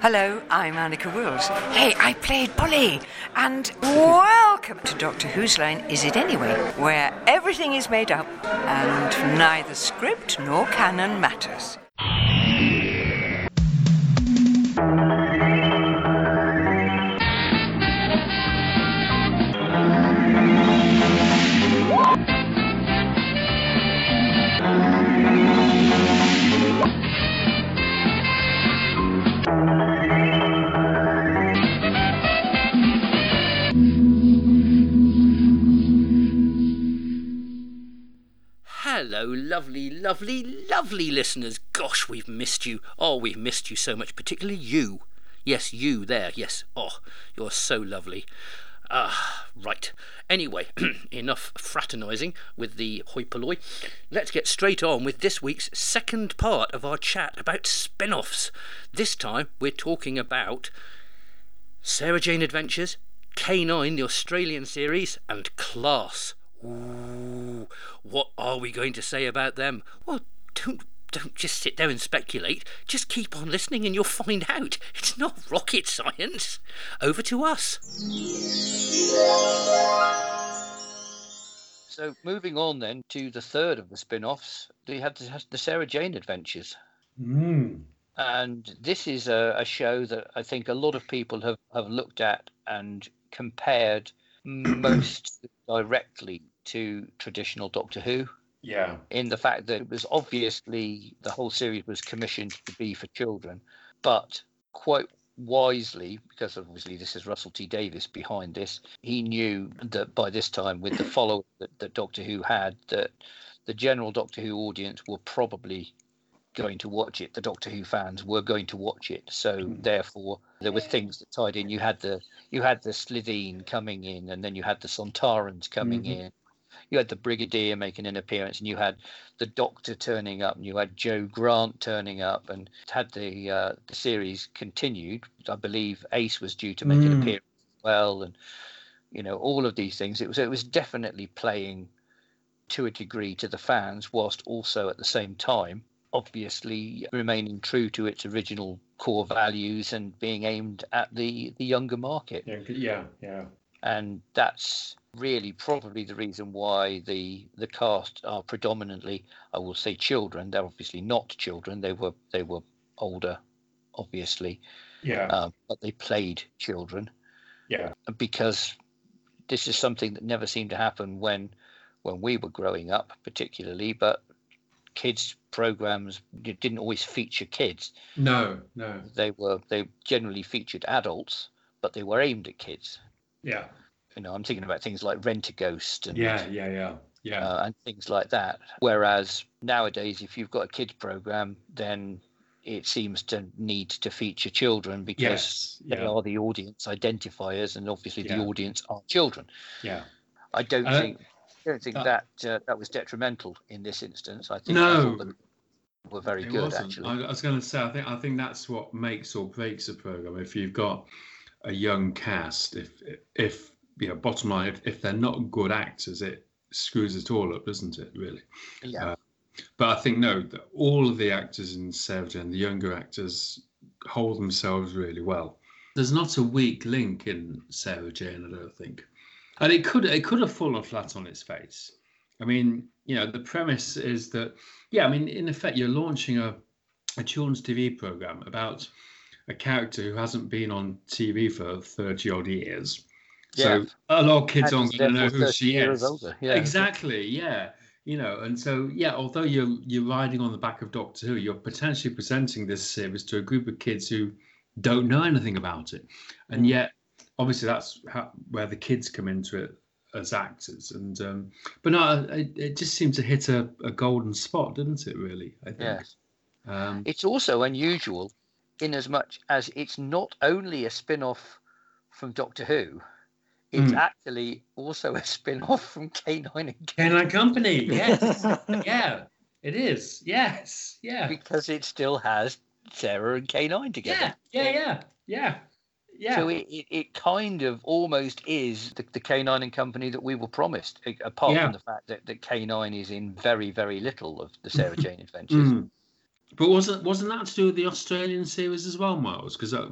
Hello, I'm Annika Wills. Hey, I played Polly. And welcome to Doctor Who's Line Is It Anyway, where everything is made up and neither script nor canon matters. Hello, lovely, lovely, lovely listeners. Gosh, we've missed you. Oh, we've missed you so much, particularly you. Yes, you there. Yes. Oh, you're so lovely. Ah, right. Anyway, enough fraternising with the hoi polloi. Let's get straight on with this week's second part of our chat about spin offs. This time, we're talking about Sarah Jane Adventures, K9, the Australian series, and Class. Ooh, what are we going to say about them? Well, don't don't just sit there and speculate. Just keep on listening and you'll find out. It's not rocket science. Over to us. So, moving on then to the third of the spin-offs, we have the, the Sarah Jane Adventures. Mm. And this is a, a show that I think a lot of people have, have looked at and compared most directly to traditional Doctor Who Yeah. in the fact that it was obviously the whole series was commissioned to be for children, but quite wisely, because obviously this is Russell T Davis behind this, he knew that by this time, with the follow that, that Doctor Who had, that the general Doctor Who audience were probably going to watch it. The Doctor Who fans were going to watch it, so Hmm. therefore there were things that tied in. You had the you had the Slitheen coming in, and then you had the Sontarans coming Mhm. in. You had the Brigadier making an appearance, and you had the Doctor turning up, and you had Joe Grant turning up, and had the uh, the series continued. I believe Ace was due to make an Mm. appearance as well, and you know all of these things. It was it was definitely playing to a degree to the fans, whilst also at the same time obviously remaining true to its original core values and being aimed at the the younger market Yeah. good- Yeah. Yeah. and that's really probably the reason why the the cast are predominantly I will say children they're obviously not children they were they were older obviously Yeah. um, but they played children Yeah. because this is something that never seemed to happen when when we were growing up particularly but kids programs didn't always feature kids No. No. they were they generally featured adults but they were aimed at kids Yeah. you know i'm thinking about things like rent a ghost and Yeah. Yeah. Yeah. Yeah. uh, and things like that whereas nowadays if you've got a kids program then it seems to need to feature children because Yes. they Yeah. are the audience identifiers and obviously Yeah. the audience are children Yeah. i don't Uh, think I don't think uh, that uh, that was detrimental in this instance. I think I No. thought that they were very It good wasn't. actually. I, I was going to say. I think. I think that's what makes or breaks a program. If you've got a young cast, if if you know, bottom line, if, if they're not good actors, it screws it all up, doesn't it? Really. Uh, yeah, But I think no, th- all of the actors in Sarah Jane, the younger actors, hold themselves really well. There's not a weak link in Sarah Jane, I don't think, and it could it could have fallen flat on its face. I mean, you know, the premise is that yeah, I mean, in effect, you're launching a a children's TV program about a character who hasn't been on TV for thirty odd years. Yeah. So a lot of kids And aren't going to know therefore who 30 she years is. older, Yeah. Exactly. Yeah. You know, and so yeah, although you're you're riding on the back of Doctor Who, you're potentially presenting this series to a group of kids who don't know anything about it, and Mm. yet obviously that's how, where the kids come into it as actors. And um, but no, it, it just seemed to hit a, a golden spot, didn't it? Really, I think. Yes. Um, It's also unusual in as much as it's not only a spin off from Doctor Who, it's Mm. actually also a spin off from K9 and K- Can I company? Yes. yeah. It is. Yes. Yeah. because it still has Sarah and K9 together. Yeah. Yeah. Yeah. Yeah. So it, it, it kind of almost is the, the K9 and company that we were promised, a- apart Yeah. from the fact that, that K9 is in very, very little of the Sarah Jane adventures. Mm. But wasn't wasn't that to do with the Australian series as well, Miles? Because there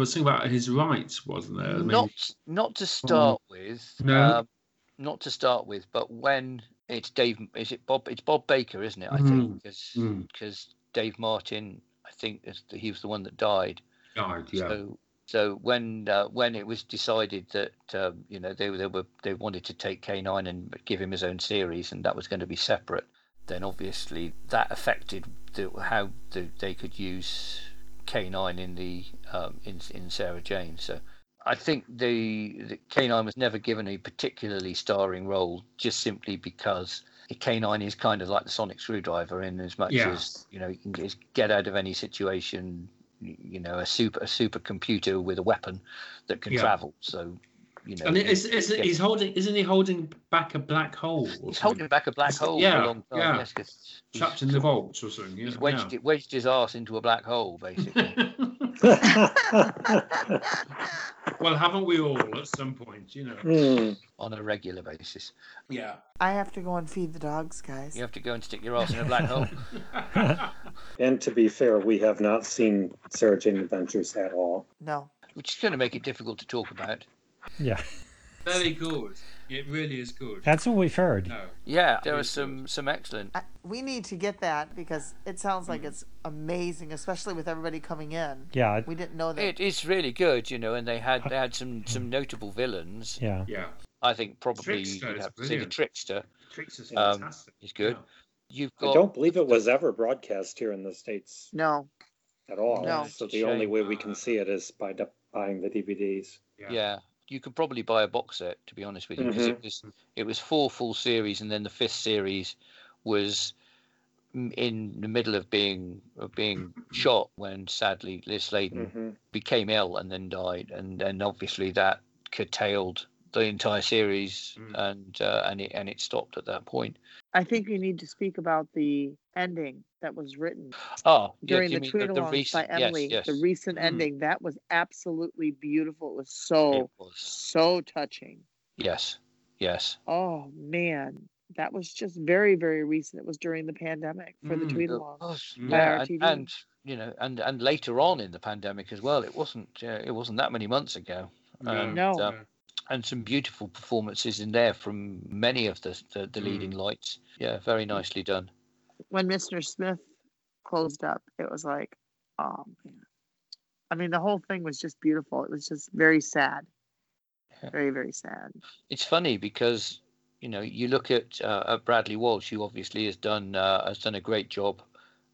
was something about his rights, wasn't there? Uh, I mean, not not to start with. No. Um, not to start with, but when it's Dave, is it Bob? It's Bob Baker, isn't it? I think because Mm. Dave Martin, I think is the, he was the one that died. died, yeah. So so when uh, when it was decided that um, you know they were- they were they wanted to take K nine and give him his own series and that was going to be separate, then obviously that affected the, how the, they could use K nine in the um, in in Sarah Jane. So I think the, the K nine was never given a particularly starring role just simply because. K nine is kind of like the sonic screwdriver in as much Yeah. as you know you can just get out of any situation you know a super a supercomputer with a weapon that can Yeah. travel. So you know and it is, is, yeah. he's holding, isn't he holding back a black hole? or he's something? holding back a black hole for Yeah, a long time. yeah. Yes, 'cause he's- trapped in the vaults or something. Yeah, he's wedged, it- wedged his ass into a black hole basically. yeah. well, haven't we all at some point? You know. Hmm. on a regular basis. Yeah. I have to go and feed the dogs, guys. You have to go and stick your ass in a black hole. And to be fair, we have not seen Sarah Jane Adventures at all. No. Which is gonna make it difficult to talk about. Yeah, Very good. It really is good. that's what we've heard. No. Yeah, there are Yes, sir. some some excellent I, we need to get that because it sounds like it's amazing, especially with everybody coming in. Yeah, it- We didn't know that. it is really good, you know, and they had they had some some notable villains. yeah. Yeah. I think probably Trickster you'd is have to say the brilliant. trickster. Tricks is Um, fantastic. he's good. Yeah. You've I got don't believe it was ever broadcast here in the States no. at all. No. So the only way we Uh, can see it is by d- buying the DVDs. Yeah. You could probably buy a box set, to be honest with you, 'cause it was it was four full series, and then the fifth series was m- in the middle of being of being shot when sadly Liz Sladen Mhm. Mm-hmm. became ill and then died, and then obviously that curtailed the entire series, Mm. and uh, and it and it stopped at that point. I think you need to speak about the ending that was written Ah, yeah, during you the mean tweet alongs by recent- yes, Emily. yes, Mm-hmm. The recent Mm. ending that was absolutely beautiful. It was it so was. so touching. yes, yes. Oh man, that was just very very recent. It was during the pandemic for the Mm. tweet Uh, along. oh, Mm. yeah, and, IRTV. and you know, and and later on in the pandemic as well, it wasn't uh, it wasn't that many months ago, Um, No. uh, and some beautiful performances in there from many of the the, the leading lights. Yeah, very nicely done. When Mr. Smith closed up, it was like, oh man. I mean, the whole thing was just beautiful. It was just very sad. Yeah. Very very sad. It's funny because you know you look at uh, at Bradley Walsh, who obviously has done uh, has done a great job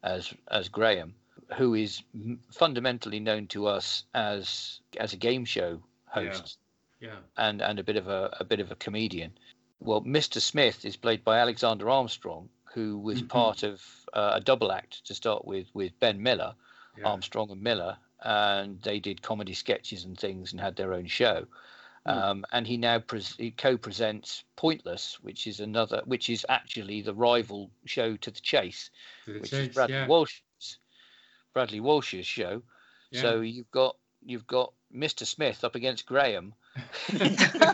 as as Graham, who is m- fundamentally known to us as as a game show Yeah. host. Yeah. and and a bit of a, a bit of a comedian. Well, Mr. Smith is played by Alexander Armstrong, who was Mhm. part of uh, a double act to start with with Ben Miller, Yeah. Armstrong and Miller, and they did comedy sketches and things and had their own show. Hmm. Um, and he now pres he co-presents Pointless, which is another, which is actually the rival show to The Chase, To the which chase, is Bradley yeah. Walsh's Bradley Walsh's show. Yeah. So you've got you've got Mr. Smith up against Graham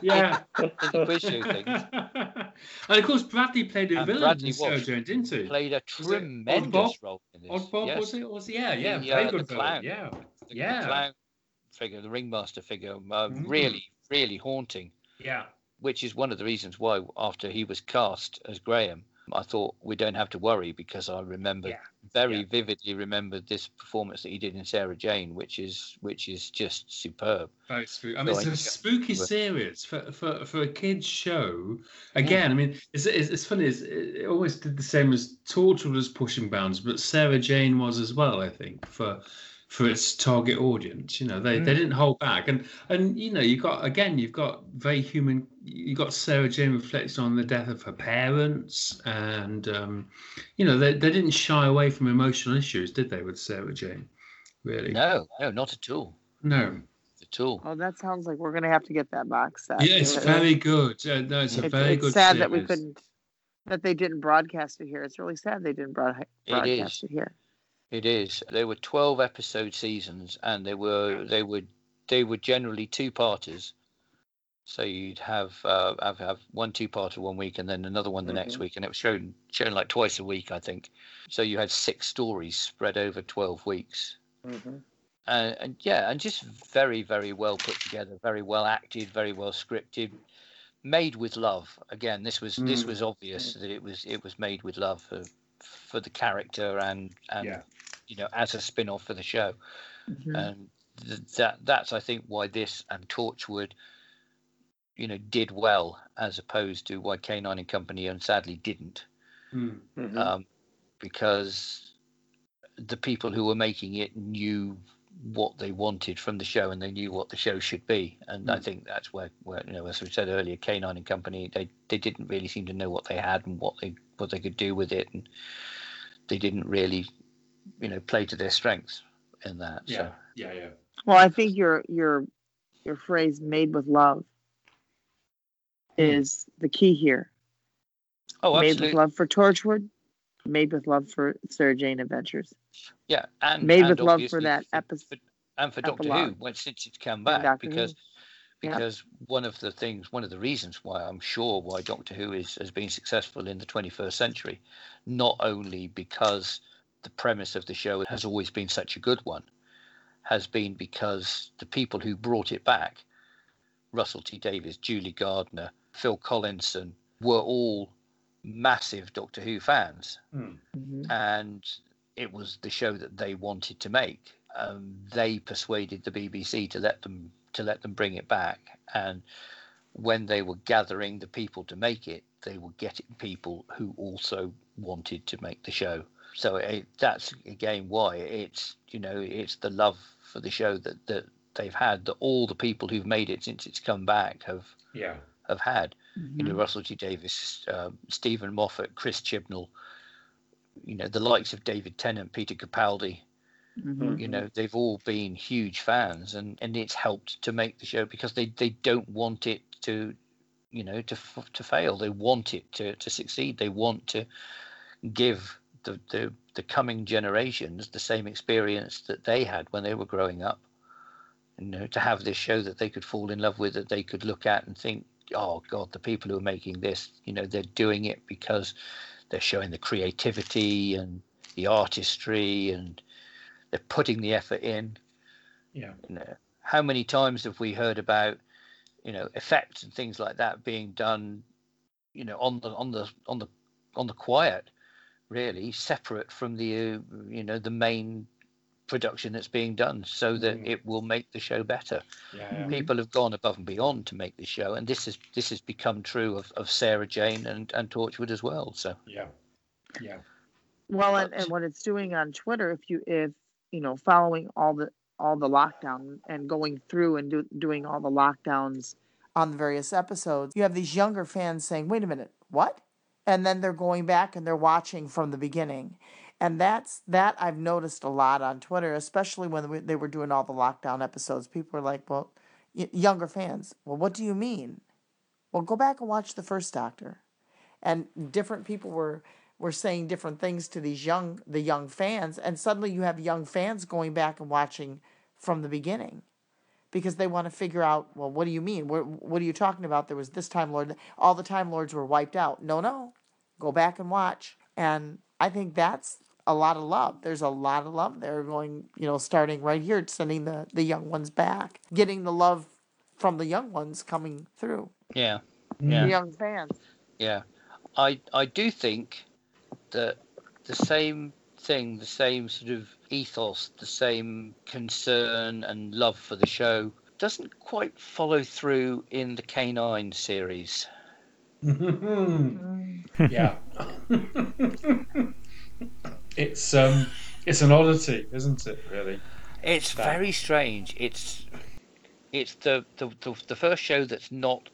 yeah. in the quiz show thing. and of course, Bradley played a And villain Bradley in Sarah Walsh Jane, didn't he? played a Odd tremendous Bob? role in this. Oddbob, yes. was it? Was he? Yeah, yeah. The, very uh, good the villain. clown. Yeah. The- the yeah. clown figure, the ringmaster figure, uh, Mm. really, really haunting. Yeah. Which is one of the reasons why, after he was cast as Graham, I thought we don't have to worry because I remember Yeah. very Yeah. vividly remembered this performance that he did in Sarah Jane, which is which is just superb. Very spooky. I No, mean, I- it's a spooky But- series for, for, for a kids show. Again, I mean, it's, it's, it's funny. It's, it always did the same as Torchwood was pushing bounds, but Sarah Jane was as well. I think for for its target audience, you know, they, they didn't hold back, and and you know, you got again, you've got very human. You got Sarah Jane reflecting on the death of her parents, and um, you know, they they didn't shy away from emotional issues, did they? With Sarah Jane, really? No, no, not at all, no. at all. Oh, that sounds like we're gonna have to get that box set. Yeah, it's Because- very good. Uh, no, it's a it's, very it's good. sad that we series. couldn't that they didn't broadcast it here it's really sad they didn't broad- It broadcast is. it, here It is. There were twelve episode seasons, and they were they were they were generally two parters. So you'd have uh, have, have one two parter one week and then another one the next Mhm. week, and it was shown shown like twice a week, I think. So you had six stories spread over twelve weeks, Mm-hmm. and, Uh, and yeah, and just very very well put together, very well acted, very well scripted, made with love. Again, this was this Mm. was obvious that it was it was made with love for for the character and and Yeah. Mm. you know as a spin off for the show Mhm. and th- that that's I think why this and Torchwood, you know, did well as opposed to why K9 and Company and sadly didn't, Mm. Mm-hmm. um, because the people who were making it knew what they wanted from the show and they knew what the show should be, and I Mm. think that's where where you know as we said earlier, K9 and Company they they didn't really seem to know what they had and what they what they could do with it, and they didn't really, you know, play to their strengths in that. So. Yeah, yeah, yeah. Well, I think your your your phrase "made with love" is the key here. Oh, made absolutely. with love for Torchwood, made with love for Sarah Jane Adventures, Yeah, and made and with love for obviously that for- episode. and for Doctor Who epilogue. when since it's come back Doctor Who, because yeah. because one of the things one of the reasons why I'm sure why Doctor Who is has been successful in the 21st century, not only because the premise of the show has always been such a good one, has been because the people who brought it back, Russell T Davies, Julie Gardner, Phil Collinson, were all massive Doctor Who fans Mhm. and it was the show that they wanted to make. Um, they persuaded the BBC to let them to let them bring it back, and when they were gathering the people to make it, they were getting people who also wanted to make the show. So it, that's again why it's you know it's the love for the show that that they've had that all the people who've made it since it's come back have Yeah. have had you know Mhm. Russell T Davis, um, Stephen Moffat, Chris Chibnall, you know the likes of David Tennant, Peter Capaldi. Mhm. You know they've all been huge fans, and and it's helped to make the show because they they don't want it to, you know, to f- to fail. They want it to to succeed. They want to give the the the coming generations the same experience that they had when they were growing up. You know, to have this show that they could fall in love with, that they could look at and think, oh god the people who are making this you know they're doing it because they're showing the creativity and the artistry and they're putting the effort in Yeah. you know how many times have we heard about you know effects and things like that being done you know on the on the on the on the quiet really separate from the uh, you know the main production that's being done so that Mhm. it will make the show better Yeah. yeah. people have gone above and beyond to make this show, and this is this has become true of, of Sarah Jane and, and Torchwood as well. So Yeah. Yeah. Well, and, But- and what it's doing on Twitter, if you if you know following all the all the lockdown and going through and do, doing all the lockdowns on the various episodes, you have these younger fans saying, "Wait a minute, what?" And then they're going back and they're watching from the beginning, and that's that I've noticed a lot on Twitter, especially when we- they were doing all the lockdown episodes. People are like, "Well, y- younger fans, well, what do you mean?" Well, go back and watch the first Doctor and different people were were saying different things to these young the young fans and suddenly you have young fans going back and watching from the beginning because they want to figure out well what do you mean what, what are you talking about there was this time lord all the time lords were wiped out no no go back and watch and i think that's a lot of love there's a lot of love there going you know starting right here sending the the young ones back getting the love from the young ones coming through yeah, the Yeah. young fans yeah, I I do think that the same thing, the same sort of ethos, the same concern and love for the show doesn't quite follow through in the Canine series. yeah. Hmm. it's um, it's an oddity, isn't it? Really. It's That- very strange. It's it's the, the, the, the first show that's not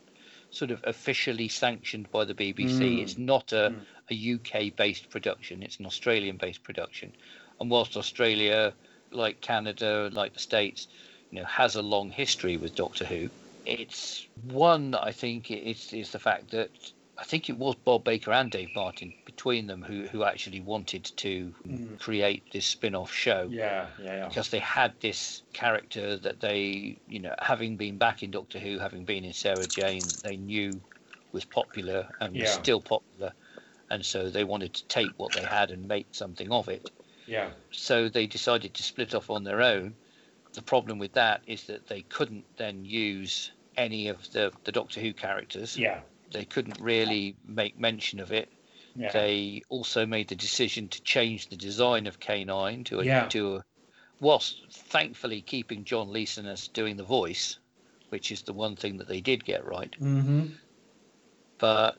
sort of officially sanctioned by the BBC. Mm. It's not a, a UK based production. It's an Australian based production. And whilst Australia, like Canada, like the States, you know, has a long history with Doctor Who, it's one I think i- it's is the fact that I think it was Bob Baker and Dave Martin between them who, who actually wanted to Mm. create this spin off show Yeah, yeah, yeah. because they had this character that they, you know, having been back in Doctor Who, having been in Sarah Jane, they knew was popular and was Yeah. still popular. And so they wanted to take what they had and make something of it. Yeah. So they decided to split off on their own. The problem with that is that they couldn't then use any of the, the Doctor Who characters. Yeah. They couldn't really make mention of it. Yeah. They also made the decision to change the design of K9 to a, Yeah. to a, whilst thankfully keeping John Leeson as doing the voice, which is the one thing that they did get right. Mm-hmm. But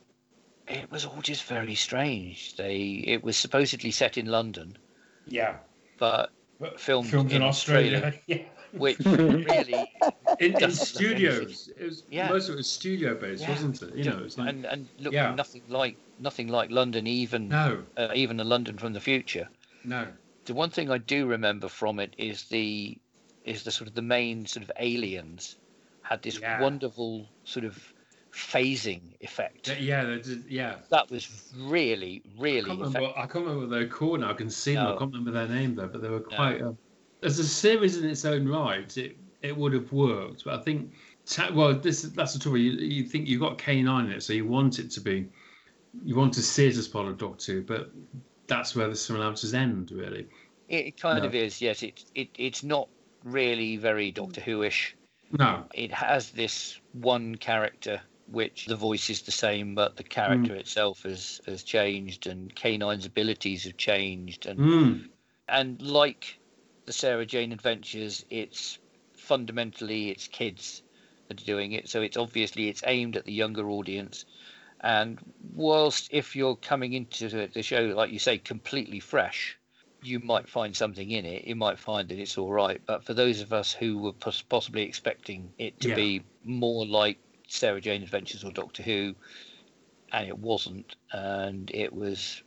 it was all just very strange. They it was supposedly set in London, Yeah. but But filmed, Filmed in Australia. Yeah. which really In, in Doesn't studios. It was Yeah. most of it was studio based, Yeah. wasn't it? You know, it's like and and looked Yeah. nothing like nothing like London, even no, uh, even a London from the future. no. the one thing I do remember from it is the is the sort of the main sort of aliens had this Yeah. wonderful sort of phasing effect. Th- Yeah, they did, yeah. That was really, I really can't, effective. remember, I can't remember what they were called now. I can see them. I No. can't remember their name though, but they were quite. Um, as a series in its own right, it it would have worked. But I think, ta- well, this that's the trouble. You, you think you've got K nine in it, so you want it to be, you want to see it as part of Doctor Who, but that's where the similarities end, really. It it kind No. of is, yes. It, it it's not really very Doctor Who ish. No, It has this one character which the voice is the same, but the character itself has has changed, and Canine's abilities have changed, and mm. and like the Sarah Jane Adventures, it's fundamentally it's kids that are doing it, so it's obviously it's aimed at the younger audience. And whilst if you're coming into the- the show, like you say, completely fresh, you might find something in it. You might find that it's all right. But for those of us who were pos- possibly expecting it to Yeah. be more like Sarah Jane Adventures or Doctor Who, and it wasn't, and it was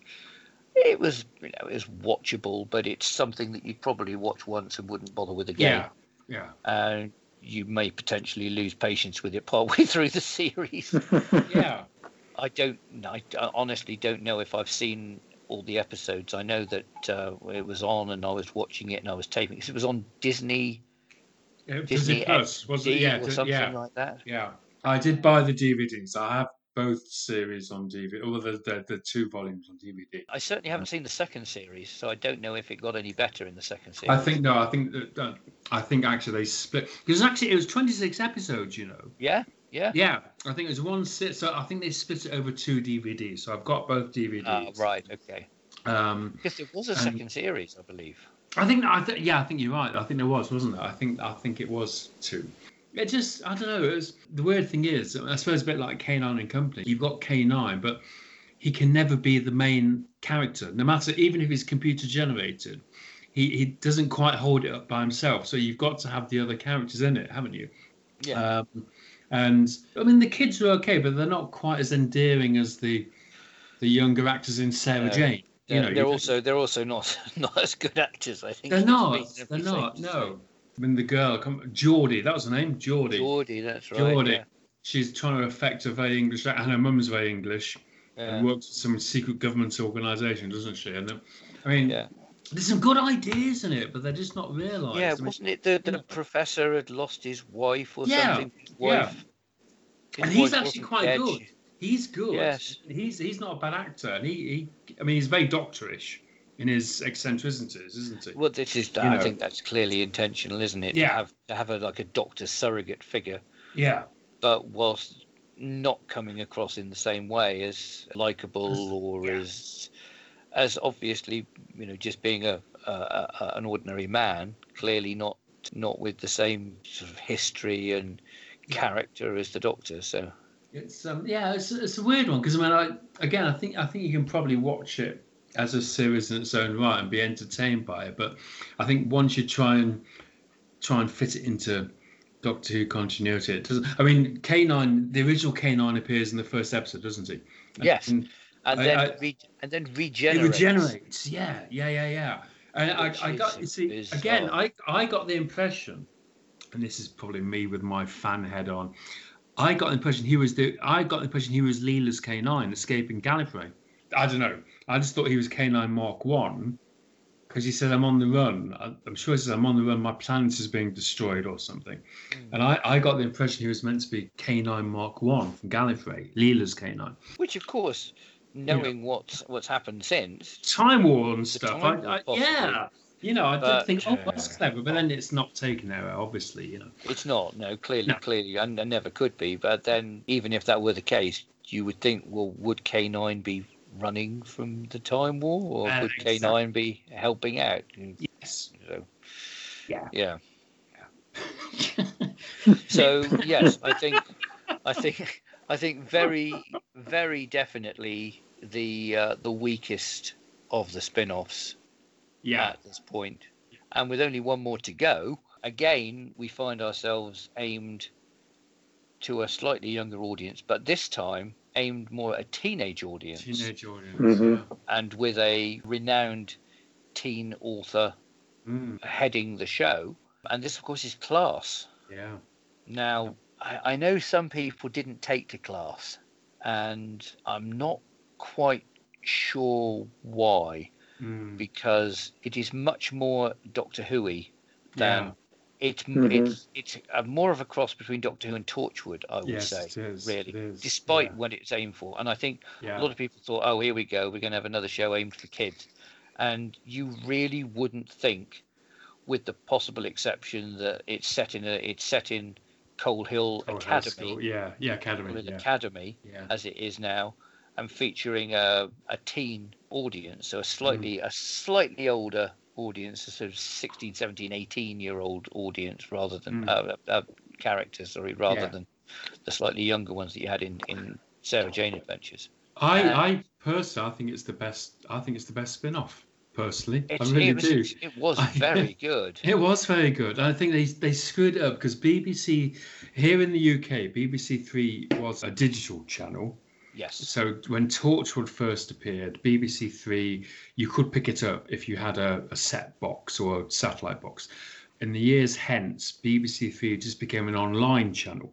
it was you know it was watchable, but it's something that you'd probably watch once and wouldn't bother with again. yeah, yeah, And you may potentially lose patience with it partway through the series. yeah, I don't. kn- I d- I honestly don't know if I've seen all the episodes. I know that uh, it was on, and I was watching it, and I was taping. 'cause It was on Disney, yeah. Disney Disney Plus, was it? D Yeah, or di- something yeah. like that. Yeah, I did buy the DVDs. I have both series on DVD, or the the, the two volumes on DVD. I certainly haven't seen the second series, so I don't know if it got any better in the second series. I think no, I think that uh, I think actually they split because actually it was twenty six episodes. You know, Yeah, yeah. yeah, I think it was one sit. So I think they split it over two DVDs. So I've got both DVDs. Ah, right. Okay. Um, Because there was a And- second series, I believe. I think I th- yeah, I think you're right. I think there was, wasn't there? I think I think it was two. It just I don't know. It was, the weird thing is, I suppose, a bit like K nine and Company. You've got K nine, but he can never be the main character. No matter even if he's computer generated, he he doesn't quite hold it up by himself. So you've got to have the other characters in it, haven't you? Yeah. Um, and I mean, the kids are okay, but they're not quite as endearing as the the younger actors in Sarah No. Jane. They're, you know, they're you- also they're also not not as good actors. I think they're is not. being They're not. everything. No. I mean, the girl, come, Geordie, that was her name, Geordie. Geordie, that's right. Geordie. yeah, She's trying to affect a very English, and her mum's very English, yeah. and works for some secret government organisation, doesn't she? And uh, I mean, Yeah. there's some good ideas in it, but they're just not realised. Yeah, I mean, wasn't it the, the you know. professor had lost his wife or Yeah, something? His yeah. wife. And his he's wife actually wasn't quite dead. good. he's good. Yes. He's he's not a bad actor, and he, he I mean, he's very doctorish in his eccentricities, isn't he? Well, this is. You I know. think that's clearly intentional, isn't it? To Yeah. have to have a, like a doctor surrogate figure, yeah. but whilst not coming across in the same way as likable or yeah. as as obviously you know just being a, a, a an ordinary man, clearly not not with the same sort of history and character as the doctor. So It's um, yeah, it's, it's a weird one because I mean, I again, I think I think you can probably watch it as a series in its own right and be entertained by it. But I think once you try and try and fit it into Doctor Who continuity, it doesn't. I mean, Canine, the original Canine appears in the first episode, doesn't he? And- Yes. and and I- then I- re- and then it regenerates. regenerates. Yeah, yeah, yeah, yeah. And I, Which I is got you see bizarre. again. I I got the impression, and this is probably me with my fan head on. I got the impression he was the I got the impression he was Leela's K9 escaping Gallifrey. I don't know. I just thought he was K9 Mark One because he said I'm on the run. I, I'm sure he says I'm on the run. My planet is being destroyed or something. Hmm. And I, I got the impression he was meant to be K9 Mark One from Gallifrey, Leela's K9. Which, of course, knowing what's what's happened since, Time War and stuff. I, Time War, I, possibly. yeah. You know, I did But, think, oh, that's yeah. clever, but then it's not taken there, obviously. You know, It's not, no, clearly, No. clearly, and, and never could be. But then, even if that were the case, you would think, well, would K9 be running from the Time War, or Uh, would exactly. K9 be helping out? And yes, So, Yeah. yeah. So yes, I think, I think, I think very, very definitely the uh, the weakest of the spin-offs yeah, at this point. And with only one more to go, again, we find ourselves aimed to a slightly younger audience, but this time aimed more at a teenage audience teenage audience. Mhm. yeah. and with a renowned teen author Mm, heading the show. And this, of course, is Class. yeah. Now, I, I know some people didn't take to Class, and I'm not quite sure why, Mm. because it is much more Doctor Who-y than Yeah. it's m Mhm. it's it's a more of a cross between Doctor Who and Torchwood, I would Yes, say, it is. really, it is, despite yeah, what it's aimed for. And I think yeah. a lot of people thought, oh, here we go, we're going to have another show aimed for kids, and you really wouldn't think, with the possible exception that it's set in a it's set in Coal Hill Oh, high Academy, school, Yeah, yeah, Coal academy. Hill Yeah, Academy, Uh, yeah. as it is now, and featuring a a teen audience, so a slightly Hmm. a slightly older audience, a sort of 16, 17, 18 year old audience rather than Mm. uh, uh, characters, sorry, rather Yeah. than the slightly younger ones that you had in in Sarah Jane Adventures. I, uh, I personally, I think it's the best. I think it's the best spin-off. Personally, I It's, really it was, do. It was I- very good. It was very good. I think they they screwed it up because BBC here in the UK, BBC Three was a digital channel. Yes. So when Torchwood first appeared, BBC Three, you could pick it up if you had a, a set box or a satellite box. In the years hence, BBC Three just became an online channel.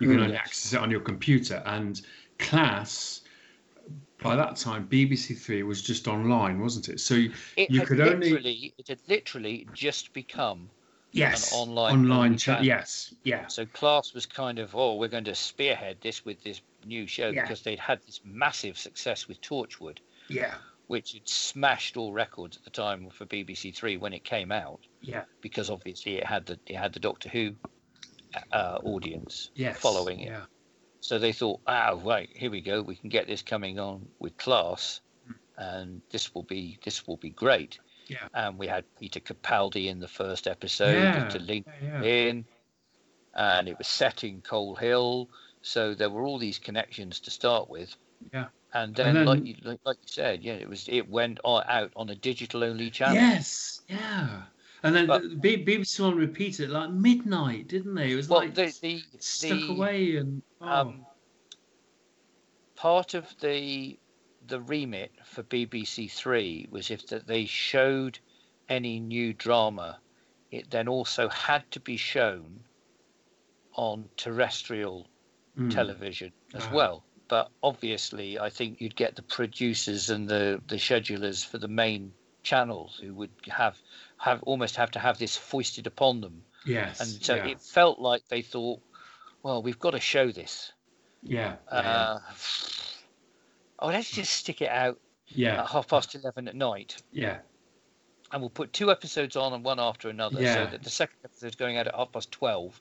You can Mm. only access it on your computer. And Class, by that time, BBC Three was just online, wasn't it? So It you had could only- literally it had literally just become yes, online- online only channel. channel. Yes, yes, so class was kind of oh we're going to spearhead this with this new show Yeah. because they'd had this massive success with Torchwood, yeah, which had smashed all records at the time for BBC Three when it came out yeah, because obviously it had the it had the Doctor Who uh, audience yes. following it. Yeah, So they thought, ah, right, here we go. We can get this coming on with class, and this will be this will be great. Yeah. And we had Peter Capaldi in the first episode Yeah, to link yeah, yeah. in, and it was set in Coal Hill. So there were all these connections to start with. Yeah. And And then, like then- you like, like you said, yeah, it was it went on, out on a digital only channel. Yes, yeah. And then But- the B- BBC One repeated it like midnight, didn't they? It was Well, like the, the stuck the, away and oh, um, part of the the remit for BBC Three was if that they showed any new drama, it then also had to be shown on terrestrial mm, television as Ah. well. But obviously, I think you'd get the producers and the the schedulers for the main channels who would have have almost have to have this foisted upon them, yes, and so yeah, it felt like they thought, well, we've got to show this. yeah, yeah, Uh, oh, let's just stick it out yeah, at half past 11 at night. yeah, And we'll put two episodes on and one after another Yeah. Hmm. so that the second episode's going out at half past 12.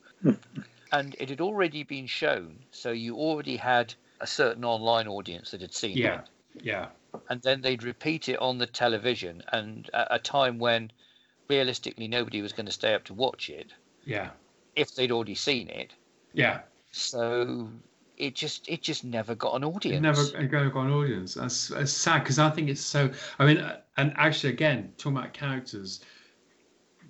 and it had already been shown. So you already had a certain online audience that had seen yeah, it. yeah, And then they'd repeat it on the television. And at a time when realistically nobody was going to stay up to watch it yeah, if they'd already seen it. yeah. So. It just it just never got an audience. It never it never got an audience. That's, that's sad because I think it's so. I mean, uh, and actually, again, talking about characters,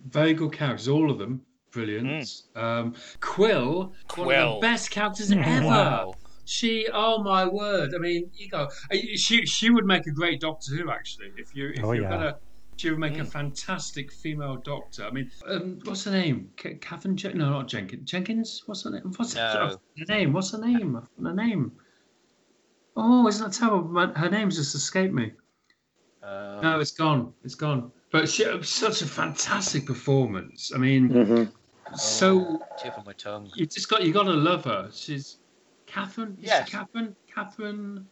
very good characters, all of them, brilliant. Um, Quill, one of Quill. the best characters ever. Wow. She, oh my uh, word! I mean, you go. She she would make a great Doctor Who actually. If you if Oh, you're yeah. gonna She would make a fantastic female doctor. I mean, um, what's her name? K- Catherine? Jen- no, not Jenkins. Jenkins? What's her name? What's No. her name? What's her name? I've forgotten Her name. Oh, isn't that terrible? Man, Her name's just escaped me. Uh, No, it's gone. It's gone. But she, it was such a fantastic performance. I mean, hmm so tip of my tongue. you just got you got to love her. She's Catherine. Is Yes. she Catherine. Catherine.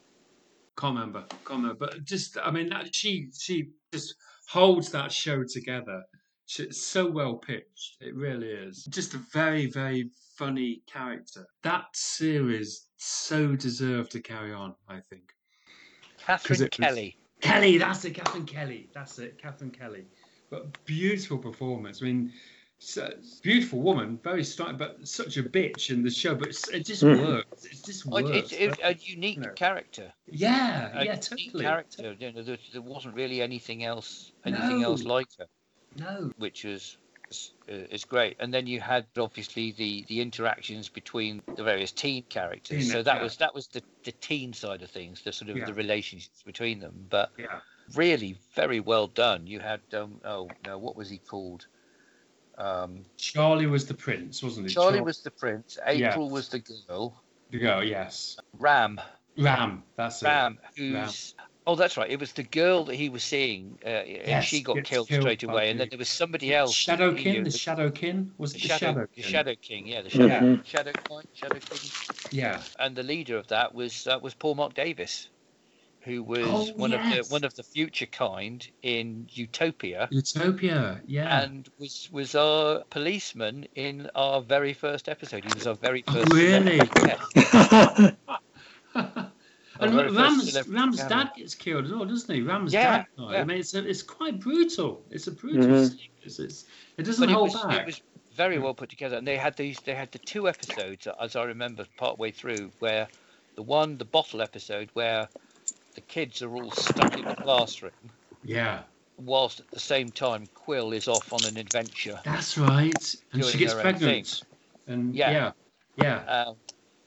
Can't remember. Can't remember. But just I mean that she she just holds that show together. She- It's so well pitched. It really is. Just a very very funny character. That series so deserved to carry on. I think. Catherine it was- Kelly. Kelly, that's it, Catherine Kelly. That's it, Catherine Kelly. But beautiful performance. I mean, so, beautiful woman, very striking, but such a bitch in the show. But it's- it just Mhm. works. It just Oh, works. it- it's it's a unique No. character. yeah, A yeah, unique totally. character. You know, there, there wasn't really anything else, anything No. else like her, No, which is is- uh, is great. And then you had obviously the the interactions between the various teen characters. Teen, so that yeah. was that was the the teen side of things, the sort of Yeah. the relationships between them. But yeah. really very well done. You had um, oh no, what was he called? Um, Charlie was the prince, wasn't it? Charlie was the prince. Yeah. April was the girl. the girl. Yes, Ram, Ram. That's Ram, it. who's oh that's right. It was the girl that he was seeing, uh, and Yes, she got gets killed, killed straight by away. And the- then there was somebody else. Shadow he knew, King. The Shadow King Mm-hmm. was the it the Shadow, Shadow. the Kin? Shadow King. Yeah, the Shadow, Yeah. Shadow King, Shadow King. Yeah. And the leader of that was uh, was Paul Mark Davis, who was Oh, one of yes. the one of the future kind in Utopia. Utopia. Yeah. and was was our policeman in our very first episode. He was our very first. Oh, Really? Yes. And very first Ram's, celebrity Ram's camera. dad gets killed as well, doesn't he? Ram's Yeah, dad. died. yeah. I mean, it's a, it's quite brutal. It's a brutal Mhm. series. It's, it doesn't But it hold was, back. it was very well put together, and they had these. They had the two episodes, as I remember, part way through, where the one, the bottle episode, where the kids are all stuck in the classroom, Yeah, whilst at the same time Quill is off on an adventure. that's right. And Doing she gets her own pregnant. And Yeah. yeah, yeah, um,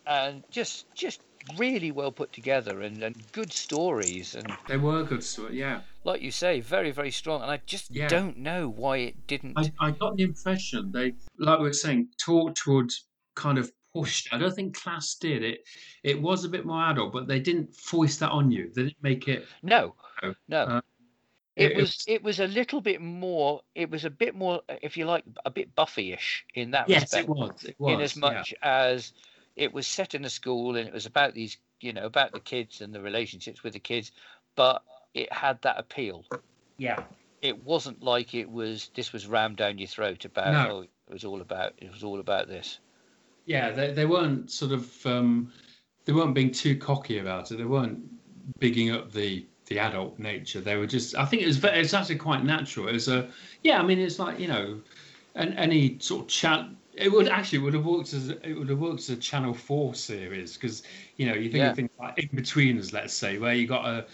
and just just really well put together, and, and good stories, and they were good. So, yeah, like you say, very, very strong. And I just Yeah. don't know why it didn't. I, I got the impression they, like we were saying, Torchwood kind of pushed. I don't think Class did it. It was a bit more adult, but they didn't force that on you. They didn't make it. No, No. no. Uh, Oh, it, it- was it was a little bit more. It was a bit more, if you like, a bit Buffy-ish in that Yes, respect. it was. It was. in as yeah. much as it was set in a school and it was about these, you know, about the kids and the relationships with the kids, but it had that appeal. yeah. It wasn't like it was. This was rammed down your throat about. No. Oh, it was all about. It was all about this. Yeah, they, they weren't sort of um, they weren't being too cocky about it. They weren't bigging up the the adult nature. They were just. I think it was. ve- It's actually quite natural. It was a. Yeah, I mean, it's like you know, an, any sort of chat. It would actually would have worked as it would have worked as a Channel Four series because you know you think Yeah. of things like In Betweeners, let's say, where you got a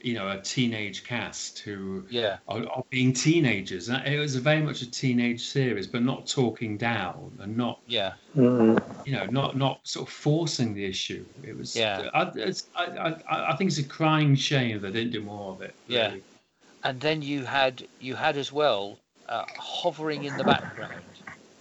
you know a teenage cast who Yeah. are, are being teenagers. And it was very much a teenage series, but not talking down and not Yeah. you know, not not sort of forcing the issue. It was. Yeah. I, it's, I, I- I, I think it's a crying shame they didn't do more of it. Yeah. really. and then you had you had as well uh, hovering in the background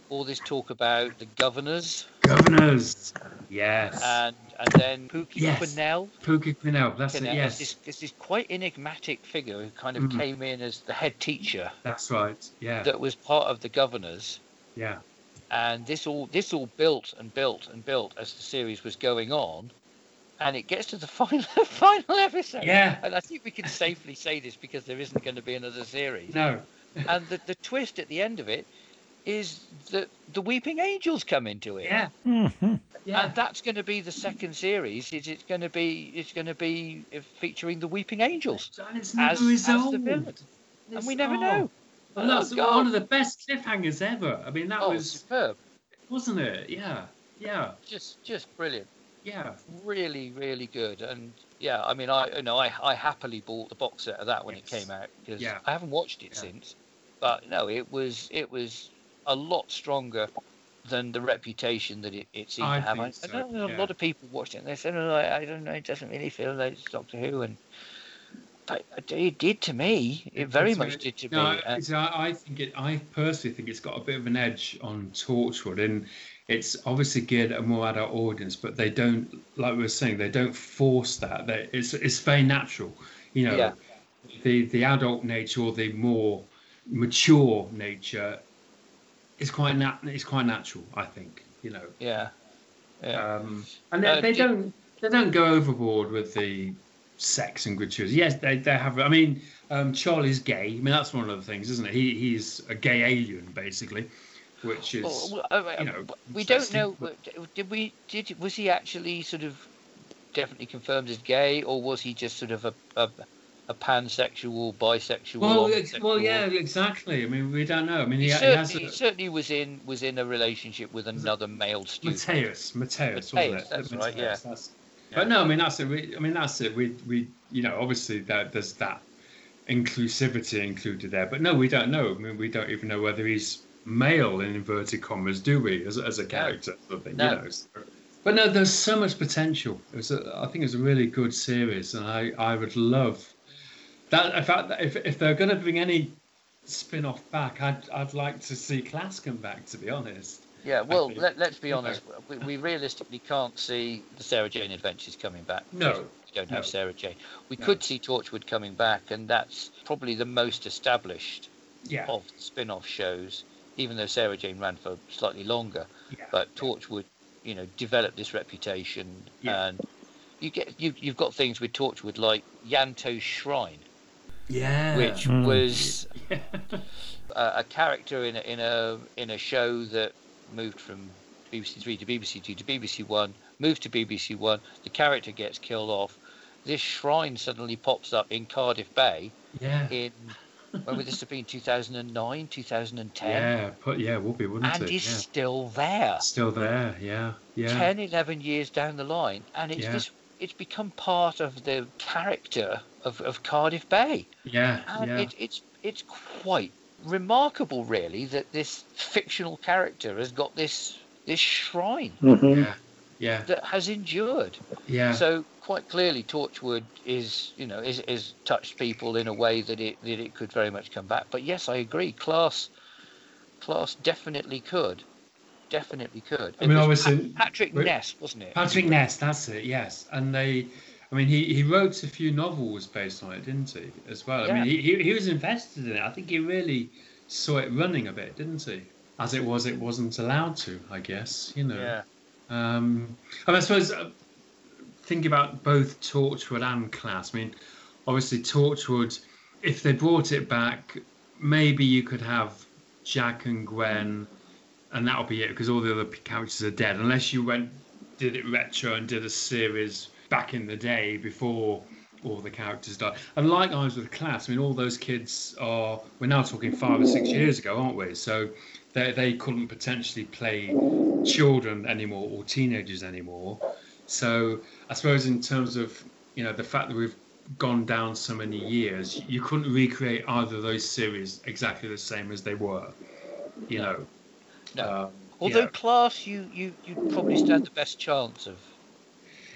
all this talk about the governors Governors. Yes. and and then Pookie Yes. Quinnell. Pookie Quinnell. That's it. Quinnell Yes. This, this is quite enigmatic figure who kind of Mm. came in as the head teacher That's right. Yeah. that was part of the governors. yeah. And this all this all built and built and built as the series was going on. And it gets to the final final episode. Yeah. And I think we can safely say this because there isn't going to be another series. No. and the, the twist at the end of it is that the weeping angels come into it Yeah. Yeah. and that's going to be the second series is it's going to be it's going to be featuring the weeping angels And it's as, never as resolved. the villain and It's- we never oh. know And that's Oh, God. one of the best cliffhangers ever. I mean, that oh was superb wasn't it? Yeah. Yeah. just just brilliant Yeah. really really good and yeah i mean i you know i, I happily bought the box set of that when it Yes. came out because Yeah. i haven't watched it Yeah. since but no it was it was a lot stronger than the reputation that it, it seemed I to have think I, so, I know a yeah. lot of people watched it and they said oh, I, I don't know it doesn't really feel like it's doctor who and I- It did to me. It very It's much really- did to me. No, I- Uh, see, I, I think it. I personally think it's got a bit of an edge on Torchwood, and it's obviously geared at a more adult audience. But they don't, like we were saying, they don't force that. They, it's it's very natural, you know. Yeah. The the adult nature or the more mature nature is quite nat- is quite natural. I think you know. yeah. Yeah. Um, and they, Uh, they do- don't they don't go overboard with the sex and gratuity. Yes, they, they have. I mean, um, Charlie's gay. I mean, that's one of the things, isn't it? He he's a gay alien basically, which is Well, well, uh, you know, we don't interesting, know. but- w- Did we? Did was he actually sort of definitely confirmed as gay, or was he just sort of a a, a pansexual, bisexual? well, it's- well, homosexual? yeah, exactly. I mean, we don't know. I mean, He, he, he has certainly, he a, certainly was in was in a relationship with another male student. Mateus, Mateus, wasn't Mateus, it? that's right, yeah. that's- Yeah. But no, I mean that's it. We, I mean that's it. We, we, you know, obviously that there's that inclusivity included there, but no, we don't know. I mean, we don't even know whether he's male in inverted commas, do we? As, as a character, sort of thing, No. you know. so- But no, there's so much potential. It was, a, I think, it's a really good series, and I, I would love that. In fact, if if they're going to bring any spin-off back, I'd, I'd like to see Class come back. To be honest. Yeah, well, think- let, let's be you honest. We, we realistically can't see the Sarah Jane Adventures coming back. No, We don't no. have Sarah Jane. We No. could see Torchwood coming back, and that's probably the most established Yeah. of spin-off shows. Even though Sarah Jane ran for slightly longer, yeah. but Torchwood, you know, developed this reputation, Yeah. and you get you you've got things with Torchwood like Yanto's Shrine, Yeah. which Mm. was a, a character in a, in a in a show that moved from BBC Three to BBC Two to BBC One, moved to BBC One. The character gets killed off. This shrine suddenly pops up in Cardiff Bay Yeah. in when would this have been? 2009, 2010, Yeah, put, yeah, would be, wouldn't and it? is Yeah. still there. Still there, yeah, yeah. Ten, eleven 10, 11 years down the line, and it's Yeah. this, it's become part of the character of, of Cardiff Bay. yeah, And yeah. it, it's it's quite remarkable, really, that this fictional character has got this this shrine Mhm. yeah, yeah, that has endured. yeah, So quite clearly, Torchwood is you know is, is touched people in a way that it that it could very much come back. But yes, I agree. Class, class definitely could, definitely could. I mean, It was obviously- Pa- Patrick we- Ness, wasn't it? Patrick Ness, that's it, yes. And they, I mean, he, he wrote a few novels based on it, didn't he, as well? I Yeah. mean, he, he, he was invested in it. I think he really saw it running a bit, didn't he? As it was, it wasn't allowed to, I guess, you know. Yeah, Um, and I suppose uh, thinking about both Torchwood and Class. I mean, obviously Torchwood, if they brought it back, maybe you could have Jack and Gwen, and that'll be it because all the other p- characters are dead. Unless you went did it retro and did a series back in the day before all the characters died. And likewise with Class. I mean, all those kids are. We're now talking five or six years ago, aren't we? So. They, they couldn't potentially play children anymore or teenagers anymore. So I suppose in terms of you know the fact that we've gone down so many years, you couldn't recreate either of those series exactly the same as they were. You know. No. Um, although yeah. class, you you you probably stand the best chance of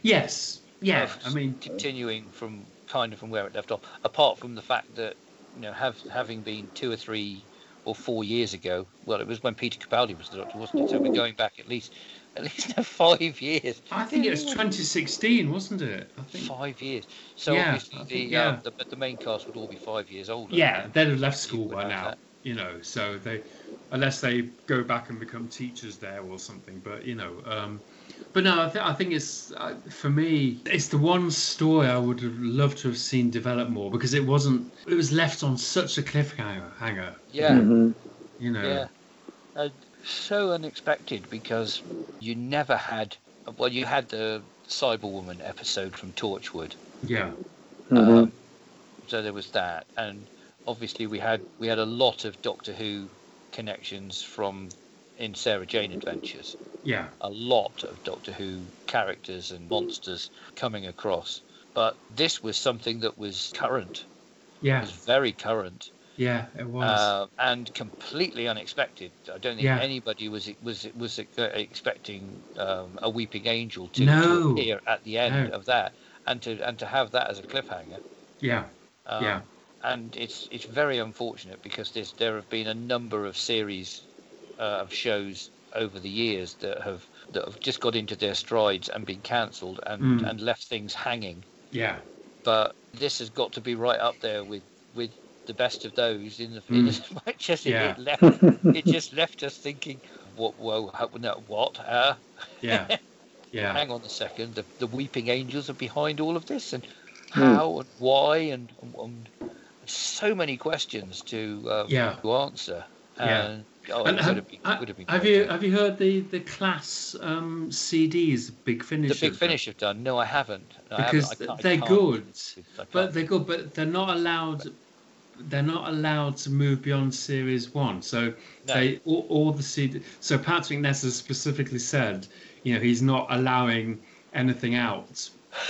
Yes. Yeah. of I mean. continuing from kind of from where it left off, apart from the fact that you know, have having been two or three or four years ago. Well, it was when Peter Capaldi was the Doctor, wasn't it? So we're going back at least at least now five years. I think it was 2016, wasn't it? I think. Five years. So Yeah, obviously I the, think, uh, yeah. the but the main cast would all be five years older. Yeah, they'd have left You school would by have now. that. You know, so they, unless they go back and become teachers there or something. But you know, um, but no, I, th- I think it's uh, for me, it's the one story I would have loved to have seen develop more because it wasn't. It was left on such a cliffhanger. Hanger, Yeah. Hmm. Mhm. you know. Yeah. And so unexpected because you never had. Well, you had the Cyberwoman episode from Torchwood. Yeah. Mhm. Um, so there was that, and obviously we had we had a lot of Doctor Who connections from in Sarah Jane Adventures. Yeah. A lot of Doctor Who characters and monsters coming across, but this was something that was current, it Yeah. was very current, Yeah. It was. uh, and completely unexpected. I don't think Yeah. anybody was was was uh, expecting um, a Weeping Angel to, No. to appear at the end No. of that, and to and to have that as a cliffhanger yeah. Um, Yeah. And it's it's very unfortunate because there's, there have been a number of series uh, of shows over the years that have that have just got into their strides and been cancelled and, Mm. and left things hanging. Yeah. But this has got to be right up there with with the best of those in the in Mm. as much as Yeah. it, it left it just left us thinking what whoa how, no, what uh, Yeah. Yeah. hang on a second, the, the weeping angels are behind all of this, and Hmm. how and why, and, and so many questions to um, Yeah. to answer. Yeah. And, oh, And it have, would have been, would have been have great. you have you heard the the class um, CDs Big Finish? the big have done? finish have done? No, I haven't. No, I haven't. because I can't- I they're can't. good, I can't. but they're good, but they're not allowed. They're not allowed to move beyond series one. So No. they all, all the CD. So Patrick Ness has specifically said, you know, he's not allowing anything out.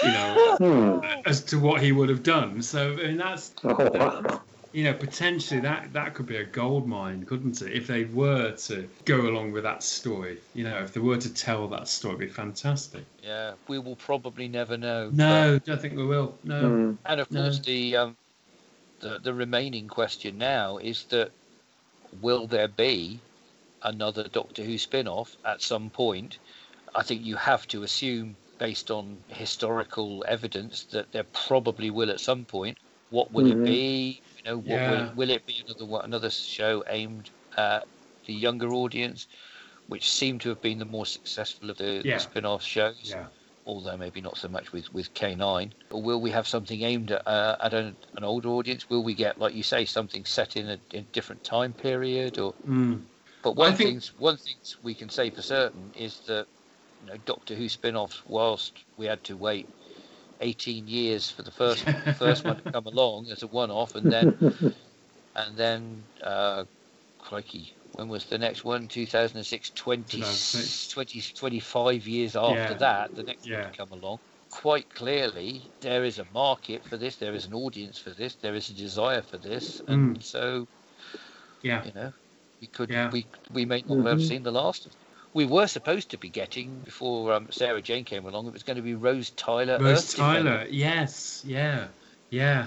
You know, Hmm. as to what he would have done. So I mean, that's Oh, wow. you know potentially that that could be a gold mine, couldn't it? If they were to go along with that story, you know, if they were to tell that story, it'd be fantastic. yeah, we will probably never know. but- Mm. No, don't think we will. No. Hmm. And of No. course, the, um, the the remaining question now is that will there be another Doctor Who spin-off at some point? I think you have to assume, based on historical evidence, that there probably will at some point. What will Mhm. it be? You know, what Yeah. will, will it be another one- another show aimed at the younger audience, which seemed to have been the more successful of the, Yeah. the spin-off shows? Yeah. although maybe not so much with, with K9. Or will we have something aimed at, uh, at an, an older audience? Will we get, like you say, something set in a, in different time period? Or Mm. but one think- things one things we can say for certain is that you know Doctor Who spin-offs, whilst we had to wait 18 years for the first first one to come along as a one-off, and then and then uh, crikey. When was the next one? 2006, 20, 2006. 20 25 years after Yeah. that, the next Yeah. one to come along. Quite clearly, there is a market for this, there is an audience for this, there is a desire for this, and so Mm. Yeah. you know, we could Yeah. we we may not have Mhm. seen the last of. it. We were supposed to be getting before um, Sarah Jane came along. It was going to be Rose Tyler. Rose Earth Defender. Tyler, yes, yeah, yeah,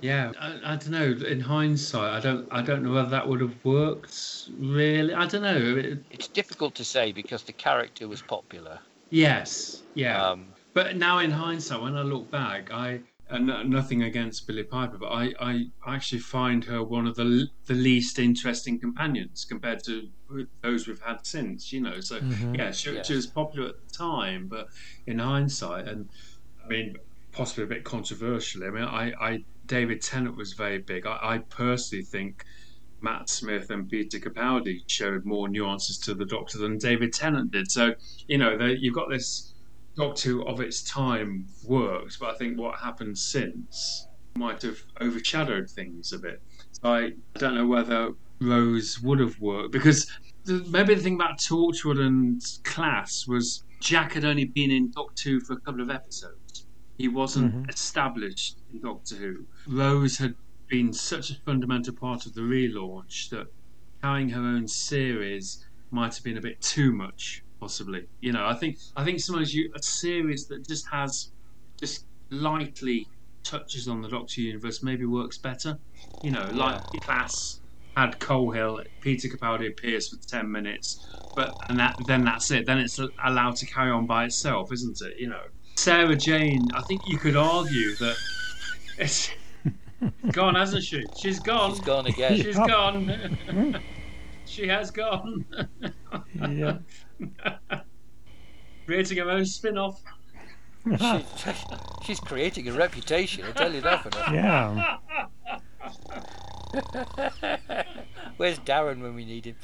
yeah. I, I don't know. In hindsight, I don't, I don't know whether that would have worked. Really, I don't know. It- It's difficult to say because the character was popular. yes, yeah. Um, but now, in hindsight, when I look back, I and no- nothing against Billy Piper, but I, I actually find her one of the l- the least interesting companions compared to those we've had since. You know, so Mhm. yeah, she, Yeah. she was popular at the time, but in hindsight, and I mean, possibly a bit controversially. I mean, I, I David Tennant was very big. I, I personally think Matt Smith and Peter Capaldi showed more nuances to the Doctor than David Tennant did. So you know, the, you've got this Doctor who of its time works, but I think what happened since might have overshadowed things a bit. So I don't know whether Rose would have worked because the, maybe the thing about Torchwood and Class was Jack had only been in Doctor Who for a couple of episodes. He wasn't Mhm. established in Doctor Who. Rose had been such a fundamental part of the relaunch that carrying her own series might have been a bit too much, possibly. You know, I think I think sometimes you a series that just has just lightly touches on the Doctor universe maybe works better. You know, like Class had Colehill, Peter Capaldi appears for ten minutes, but and that then that's it. Then it's allowed to carry on by itself, isn't it? You know, Sarah Jane. I think you could argue that it's gone, hasn't she? She's gone. She's gone again. She's gone. she has gone. Yeah. Creating her own spin-off. She- she's creating a reputation. I'll tell you that for nothing. Yeah. Where's Darren when we need him?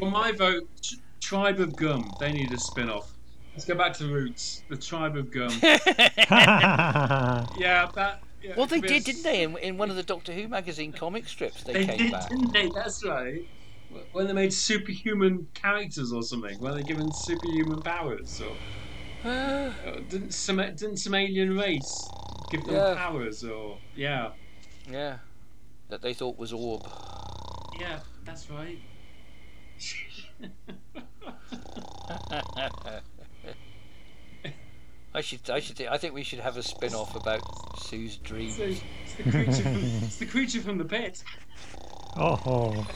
Well, my vote, t- Tribe of Gum. They need a spin-off. Let's go back to the roots. The Tribe of Gum. yeah, that. Yeah, Well, it they could be a did, didn't they? In, in one of the Doctor Who magazine comic strips, they, They came did, back. didn't they? That's right. When they made superhuman characters or something, when they given superhuman powers, or uh, didn't some didn't some alien race give them Yeah. powers, or yeah, Yeah. That they thought was orb. yeah, that's right. I should, I should, I think we should have a spin-off about Sue's dreams. So it's the creature from, it's the creature from the pit. Oh,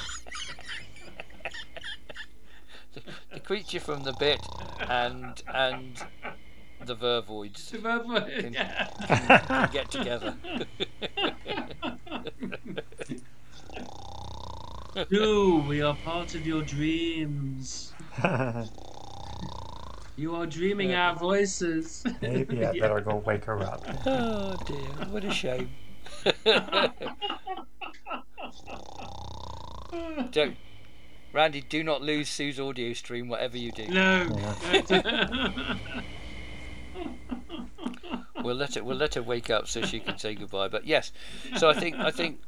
the creature from the bit, and and the vervoids The verb- yeah. get together. No, we are part of your dreams. You are dreaming our voices. maybe I better go wake her up. oh dear, what a shame. Don't, Randy, do not lose Sue's audio stream, whatever you do. No. We'll let her, we'll let her wake up so she can say goodbye. But yes, so I think, I think.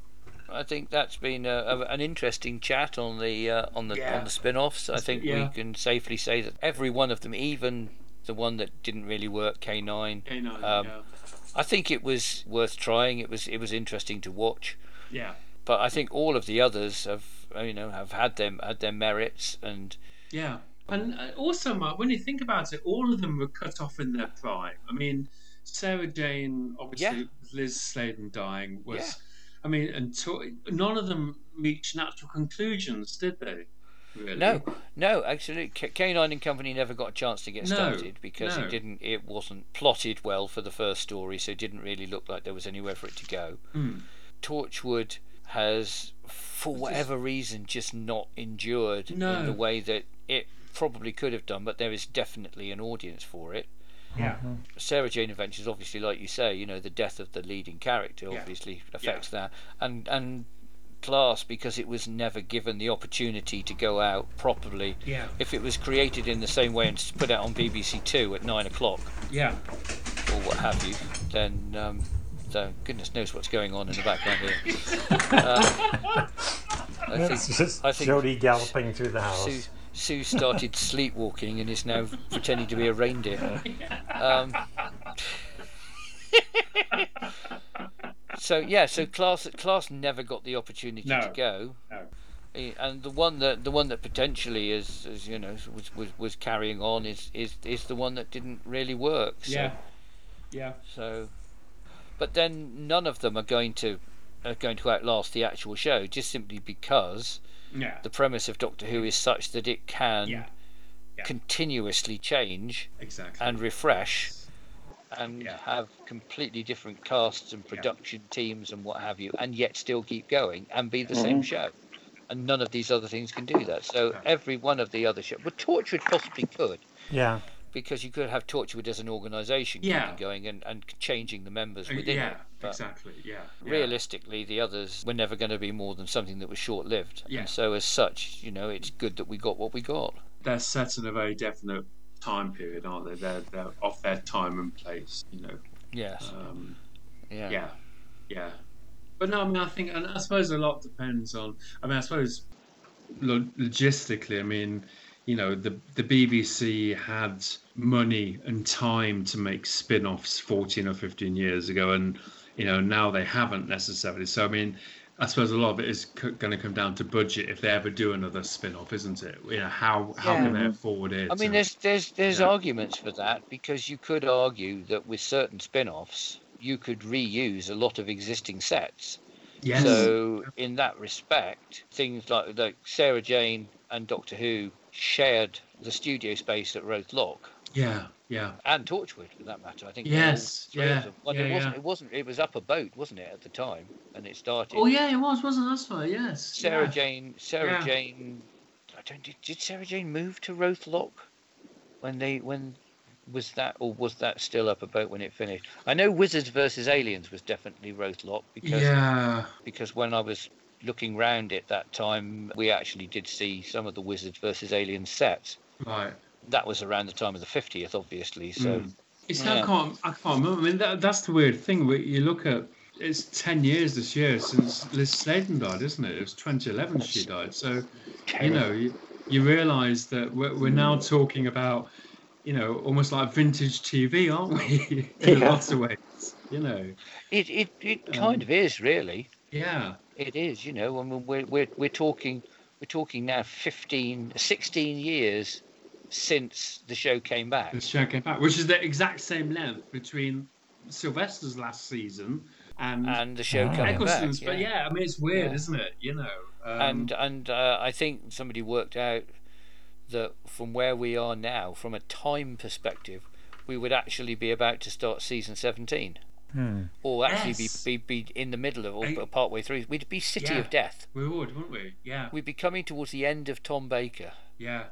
I think that's been a, a, an interesting chat on the uh, on the Yeah. on the spin-offs. I think Yeah. we can safely say that every one of them, even the one that didn't really work, K9, Okay, no, Um, I think it was worth trying. It was it was interesting to watch, yeah. but I think all of the others have you know have had them had their merits and Yeah. And uh, also, Mark, when you think about it, all of them were cut off in their prime. I mean, Sarah Jane, obviously, Yeah. Liz Sladen dying was. Yeah. I mean, and to, none of them reached natural conclusions, did they? Really? no no actually K- K9 and Company never got a chance to get No, started because no. it didn't it wasn't plotted well for the first story, so it didn't really look like there was anywhere for it to go. Hmm. Torchwood has, for whatever reason, just not endured No. in the way that it probably could have done, but there is definitely an audience for it. Yeah. Sarah Jane Adventures, obviously, like you say, you know, the death of the leading character Yeah. obviously affects that, and and class because it was never given the opportunity to go out properly. Yeah. If it was created in the same way and s- put out on BBC Two at nine o'clock Yeah. or what have you, then um, then goodness knows what's going on in the background here. Uh, I It's think just I think- Jody galloping through the house. Sue, Sue started sleepwalking and is now pretending to be a reindeer. Um, so yeah, so class class never got the opportunity No. to go. No. Eh, And the one that the one that potentially is, is you know was, was was carrying on is is is the one that didn't really work. So, Yeah. Yeah. So, but then none of them are going to are going to outlast the actual show just simply because Yeah. the premise of Doctor Who is such that it can Yeah. Yeah. continuously change Exactly. and refresh and Yeah. have completely different casts and production teams and what have you, and yet still keep going and be the same show. And none of these other things can do that. So every one of the other shows, well, Torchwood possibly could, Yeah, because you could have Torchwood as an organisation Yeah. keeping going and, and changing the members Uh, within yeah. it. But Exactly. Yeah. yeah. realistically, the others were never going to be more than something that was short-lived. Yeah. And so, as such, you know, it's good that we got what we got. They're set in a very definite time period, aren't they? They're, they're off their time and place, you know. Yes. Um, yeah. yeah yeah but no i mean i think and i suppose a lot depends on i mean i suppose lo- logistically i mean you know the the bbc had money and time to make spin-offs 14 or 15 years ago and you know now they haven't necessarily so i mean I suppose a lot of it is c- going to come down to budget if they ever do another spin-off, isn't it? You know how how can they afford it? I mean, and- there's there's there's Yeah. arguments for that because you could argue that with certain spin-offs you could reuse a lot of existing sets. yes, So in that respect, things like like Sarah Jane and Doctor Who shared the studio space at Roth Lock yeah, yeah, and Torchwood for that matter. I think they all Yes, three of yeah, them. Well, yeah, it wasn't yeah. it wasn't it was up a boat, wasn't it, at the time? And it started. Oh yeah, it was, wasn't it? That's right. Yes, Sarah yeah. Jane. Sarah Yeah. Jane. I don't. Did, did Sarah Jane move to Rothlock when they when was that or was that still up about when it finished? I know Wizards versus Aliens was definitely Rothlock because Yeah, because when I was looking round it that time, we actually did see some of the Wizards versus Aliens sets. right. That was around the time of the fiftieth, obviously. So Mm. It's I Yeah. can't I can't remember. I mean that, that's the weird thing. We, you look at it's ten years this year since Liz Sladen died, isn't it? It was 2011 she died. So you know you, you realise that we're, we're now talking about you know almost like vintage TV, aren't we? In a Yeah. lot of ways, you know. it it, Um, it kind of is really. Yeah, It is, you know, I mean, we're, we're, we're talking we're talking now 15, 16 years since the show came back. The show came back, which is the exact same length between Sylvester's last season and, And the show Ah. coming back. Eccleston's. But yeah, I mean, it's weird, Yeah. isn't it? You know. Um, and and uh, I think somebody worked out that from where we are now, from a time perspective, we would actually be about to start season seventeen, or actually Yes. be, be be in the middle of or I- part way through. We'd be City Yeah. of Death. we would, wouldn't we? Yeah. We'd be coming towards the end of Tom Baker. yeah.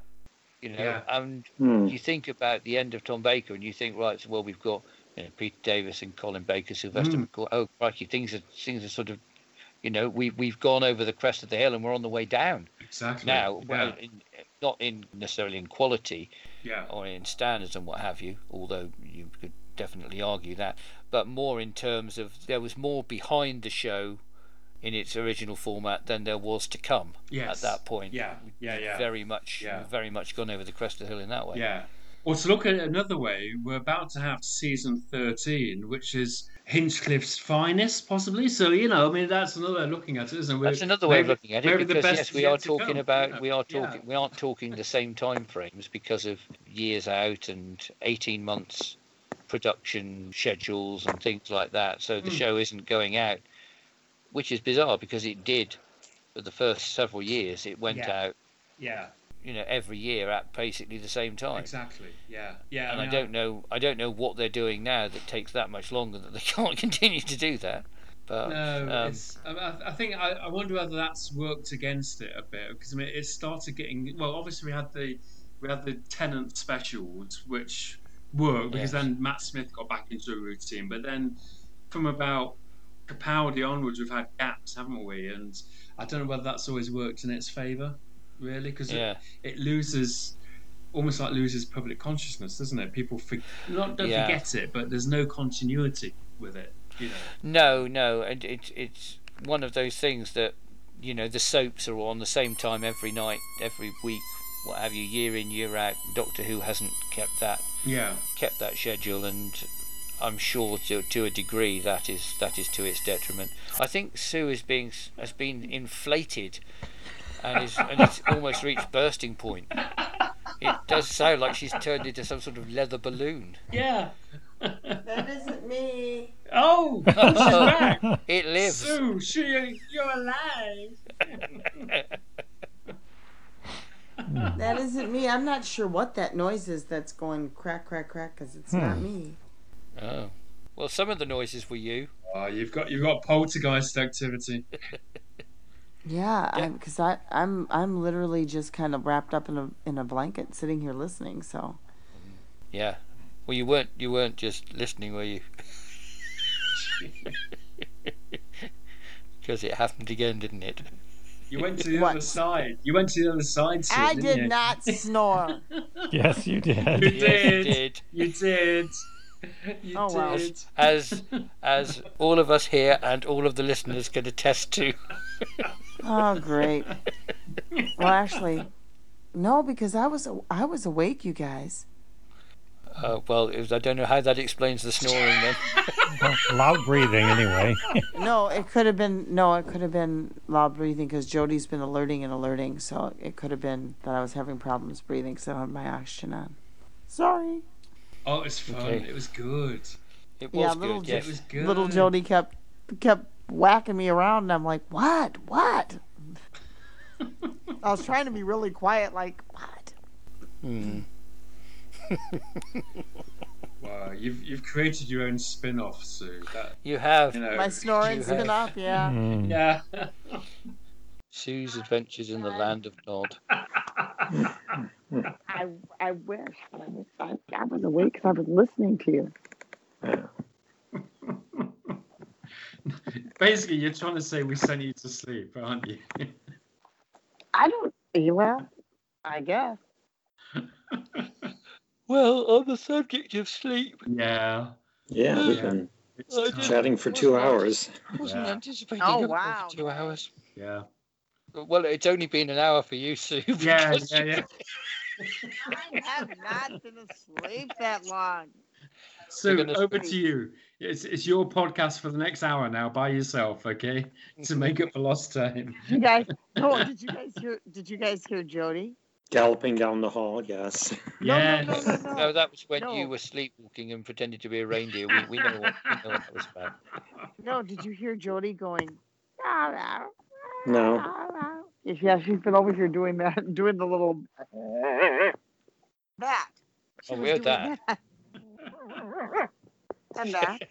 You know, Yeah. and Mm. Hmm. you think about the end of Tom Baker, and you think, right, so, well, we've got you know, Peter Davis and Colin Baker, Sylvester Mm. McCoy. Oh, crikey, things are things are sort of, you know, we we've gone over the crest of the hill and we're on the way down. Exactly. now, well, yeah. in, not in necessarily in quality yeah. or in standards and what have you, although you could definitely argue that, but more in terms of there was more behind the show in its original format than there was to come Yes. at that point. Yeah, yeah, yeah. Very much, Yeah. very much gone over the crest of the hill in that way. Yeah. Or to look at it another way, we're about to have season 13, which is Hinchcliffe's finest, possibly. So, you know, I mean, that's another looking at it, isn't it? That's We're- another way of maybe- looking at it maybe the because best yes, is we yet are to talking come, about you we know? are Yeah. talking we aren't talking the same time frames because of years out and eighteen months production schedules and things like that. So the Mm. show isn't going out, which is bizarre because it did for the first several years. It went Yeah. out, Yeah, you know, every year at basically the same time. exactly. Yeah, yeah. And I mean, don't know I don't know what they're doing now that takes that much longer that they can't continue to do that. But No, um, it's, I- I, I think I, I wonder whether that's worked against it a bit because I mean it started getting well. Obviously, we had the we had the tenant specials which worked because Yes. then Matt Smith got back into a routine, but then from about Capaldi onwards, we've had gaps, haven't we? And I don't know whether that's always worked in its favour, really, because yeah. it loses almost like loses public consciousness, doesn't it? People for, not don't Yeah. forget it, but there's no continuity with it. You know. No, no, and it, it's one of those things that you know the soaps are on the same time every night, every week, what have you, year in year out. Doctor Who hasn't kept that Yeah. kept that schedule, and I'm sure to to a degree that is that is to its detriment. I think Sue is being s- has been inflated, and is and it's almost reached bursting point. It does sound like she's turned into some sort of leather balloon. Yeah. That isn't me. Oh, she's back. It lives. Sue, she, you're alive. That isn't me. I'm not sure what that noise is that's going crack, crack, crack, because it's not me. Oh, well, some of the noises were you. Oh, you've got you've got poltergeist activity. Yeah, because I, I'm I'm literally just kind of wrapped up in a in a blanket, sitting here listening. So Yeah. Well, you weren't you weren't just listening, were you? Because it happened again, didn't it? You went to the What? other side. You went to the other side. Sue, I didn't did you? not snore. Yes, you did. Yes, You you did. did. You did. You Oh, wow. did. As as all of us here and all of the listeners can attest to. Oh, great. Well, actually, no, because I was I was awake, you guys. Uh, well, it was, I don't know how that explains the snoring then. Loud breathing, anyway. No, it could have been no, it could have been loud breathing because Jody's been alerting and alerting, so it could have been that I was having problems breathing because I don't have my oxygen on. Sorry, Oh, it was fun. Okay. It was good. It Yeah, was little good. Jeff- It was Yes. good. little Jody kept kept whacking me around, and I'm like, what, what? I was trying to be really quiet, like what? Wow, you've you've created your own spin-off, Sue. That, You have you know. My snoring you spin have- off, yeah. yeah. Sue's Adventures in the Land of Nod. I I wish I was, I, I was awake because I was listening to you. Basically, you're trying to say we sent you to sleep, aren't you? I don't. Well, I guess. Well, on the subject of sleep, yeah. Yeah, we've been chatting for two hours. wasn't Yeah. anticipating Oh, it for wow. two hours. Yeah. Well, it's only been an hour for you, Sue. Yeah. because Yeah. Yeah. I have not been asleep that long. So You're gonna over stay- to you. It's it's your podcast for the next hour now by yourself, okay? To make up for lost time. oh, You guys, no, did you guys hear? Did you guys hear Jody? Galloping down the hall, yes. Yeah. No, no, no, No, no. that was when No. you were sleepwalking and pretended to be a reindeer. We, we, know, what, we know what that was about. no. No, did you hear Jody going? "Ah, ah, No. ah, ah." Yeah, she's been over here doing that, doing the little that. She Oh, was we heard doing that. and that.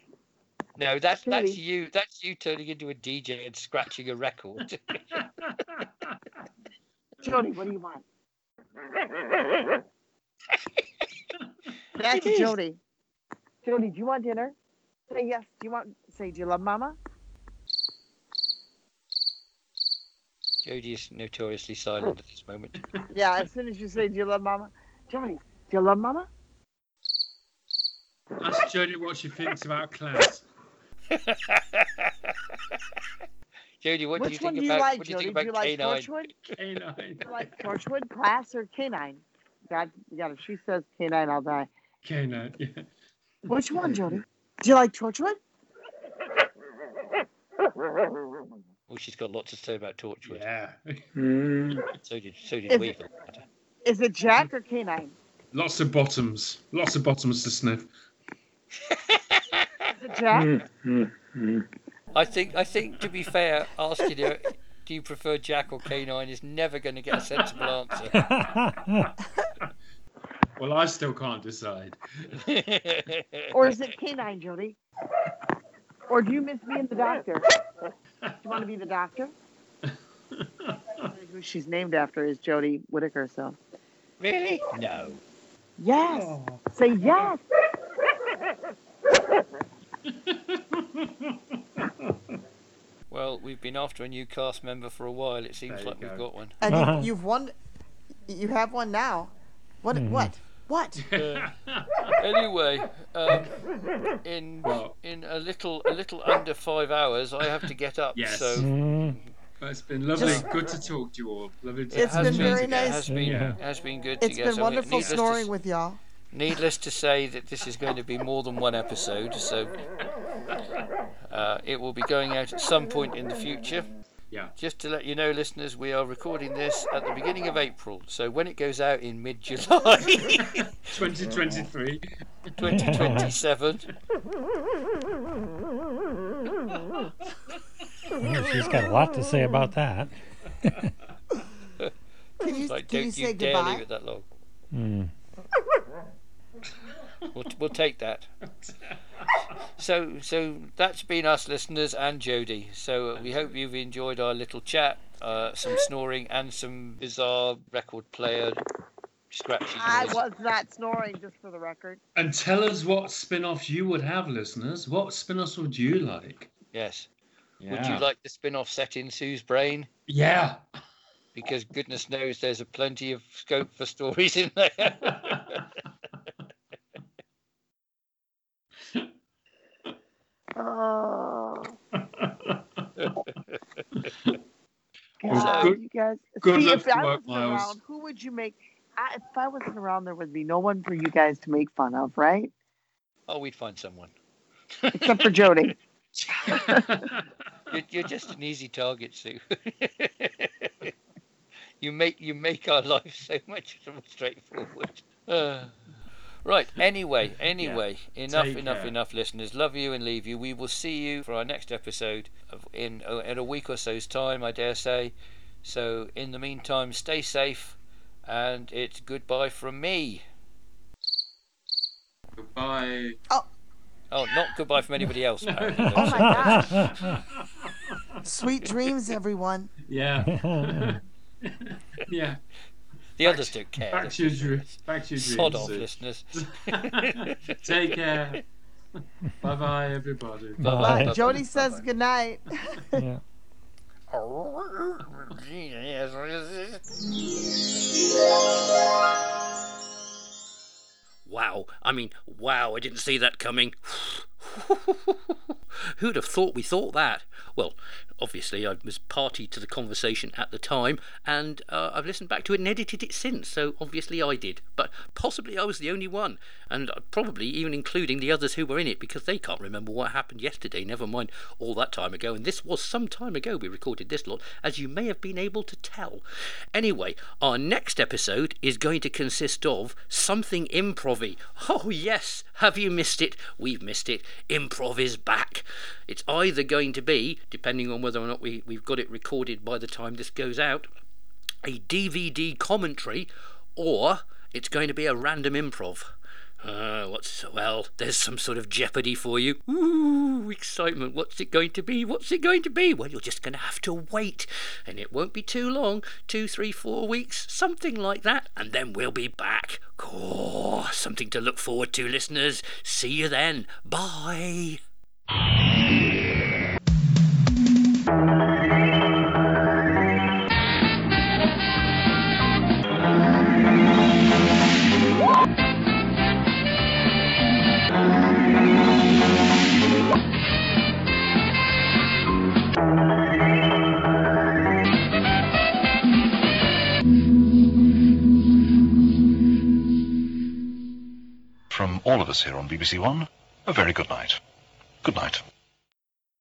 No, that's that's Really? you. That's you turning into a DJ and scratching a record. Jody, what do you want? That's Jody. Jody, do you want dinner? Say yes. Do you want? Say, do you love Mama? Jodie is notoriously silent at this moment. Yeah. As soon as you say, do you love Mama? Jody, do you love Mama? Ask Jodie what she thinks about clowns. Jodie, what do you Which one think do you about like, what do you Jody? think Do you about like canine? Torchwood? Canine. Do you like Torchwood, Class, or Canine? God, God, if she says Canine, I'll die. Canine. Yeah. Which one, Jody? Do you like Torchwood? Well, she's got lots to say about Torchwood. yeah. Mm-hmm. Mm, So did so did Is we. it- for that matter. Is it Jack or Canine? Lots of bottoms. Lots of bottoms to sniff. Is it Jack? mm, mm, mm. I think I think to be fair, asking her do you prefer Jack or canine is never going to get a sensible answer. Well, I still can't decide. Or is it Canine, Jody? Or do you miss being the doctor? Do you want to be the doctor? Who she's named after is Jody Whittaker, so. really? No. Yes! Oh. Say yes! Well, we've been after a new cast member for a while. It seems There you like we've go. got one. And Uh-huh. you, you've won. You have one now. What? Mm-hmm. Mhm. What? What? Anyway, um, in Well- in a little a little under five hours, I have to get up. Yes. So Mm, It's been lovely. Just- Good to talk to you all. Lovely to It's talk has been to you very it together. nice. Has been Yeah. has been good It's to get been so wonderful needless to s- snoring with y'all. Needless to say that this is going to be more than one episode, so uh, it will be going out at some point in the future. Yeah. Just to let you know, listeners, we are recording this at the beginning of April, so when it goes out in mid July 2023. 2027, well, she's got a lot to say about that. Can you, like, can don't you say dare leave goodbye? it that long. Mm. We'll, we'll take that. So, so that's been us, listeners, and Jody. So uh, we hope you've enjoyed our little chat, uh, some snoring, and some bizarre record player scratching. I noises. was not snoring, just for the record. And tell us what spin offs you would have, listeners. What spin offs would you like? Yes. Would you like the spin-off set in Sue's brain? Yeah. Because goodness knows there's a plenty of scope for stories in there. Oh. God, good- you guys. good See, luck if to I work, wasn't Miles. around, who would you make? I, if I wasn't around, there would be no one for you guys to make fun of, right? oh, we'd find someone. Except for Jody. You're, you're just an easy target, Sue. you make you make our life so much more straightforward. Uh, right. Anyway, anyway, enough, Take enough, care. enough, listeners. Love you and leave you. We will see you for our next episode of, in uh, in a week or so's time, I dare say. So, in the meantime, stay safe, and it's goodbye from me. Goodbye. Oh, not goodbye from anybody else. apparently, though. Oh my gosh! Sweet dreams, everyone. Yeah. yeah. the others don't care. Back to your dream. Back to your dreams. Sod off, Sue. listeners. Take care. bye bye, everybody. Bye. Bye. Jody says good night. Yeah. Wow. I mean, wow, I didn't see that coming. Who'd have thought we thought that? Well, obviously, I was party to the conversation at the time, and uh, I've listened back to it and edited it since, so obviously I did. But possibly I was the only one, and uh, probably even including the others who were in it, because they can't remember what happened yesterday, never mind all that time ago. And this was some time ago we recorded this lot, as you may have been able to tell. Anyway, our next episode is going to consist of something improv Oh, yes, have you missed it? We've missed it. Improv is back. It's either going to be, depending on whether or not we, we've got it recorded by the time this goes out, a DVD commentary, or it's going to be a random improv. Uh, what's well? There's some sort of jeopardy for you. Ooh, excitement! What's it going to be? What's it going to be? Well, you're just going to have to wait, and it won't be too long—two, three, four weeks, something like that—and then we'll be back. Oh, something to look forward to, listeners. See you then. Bye. From all of us here on BBC One, a very good night. Good night.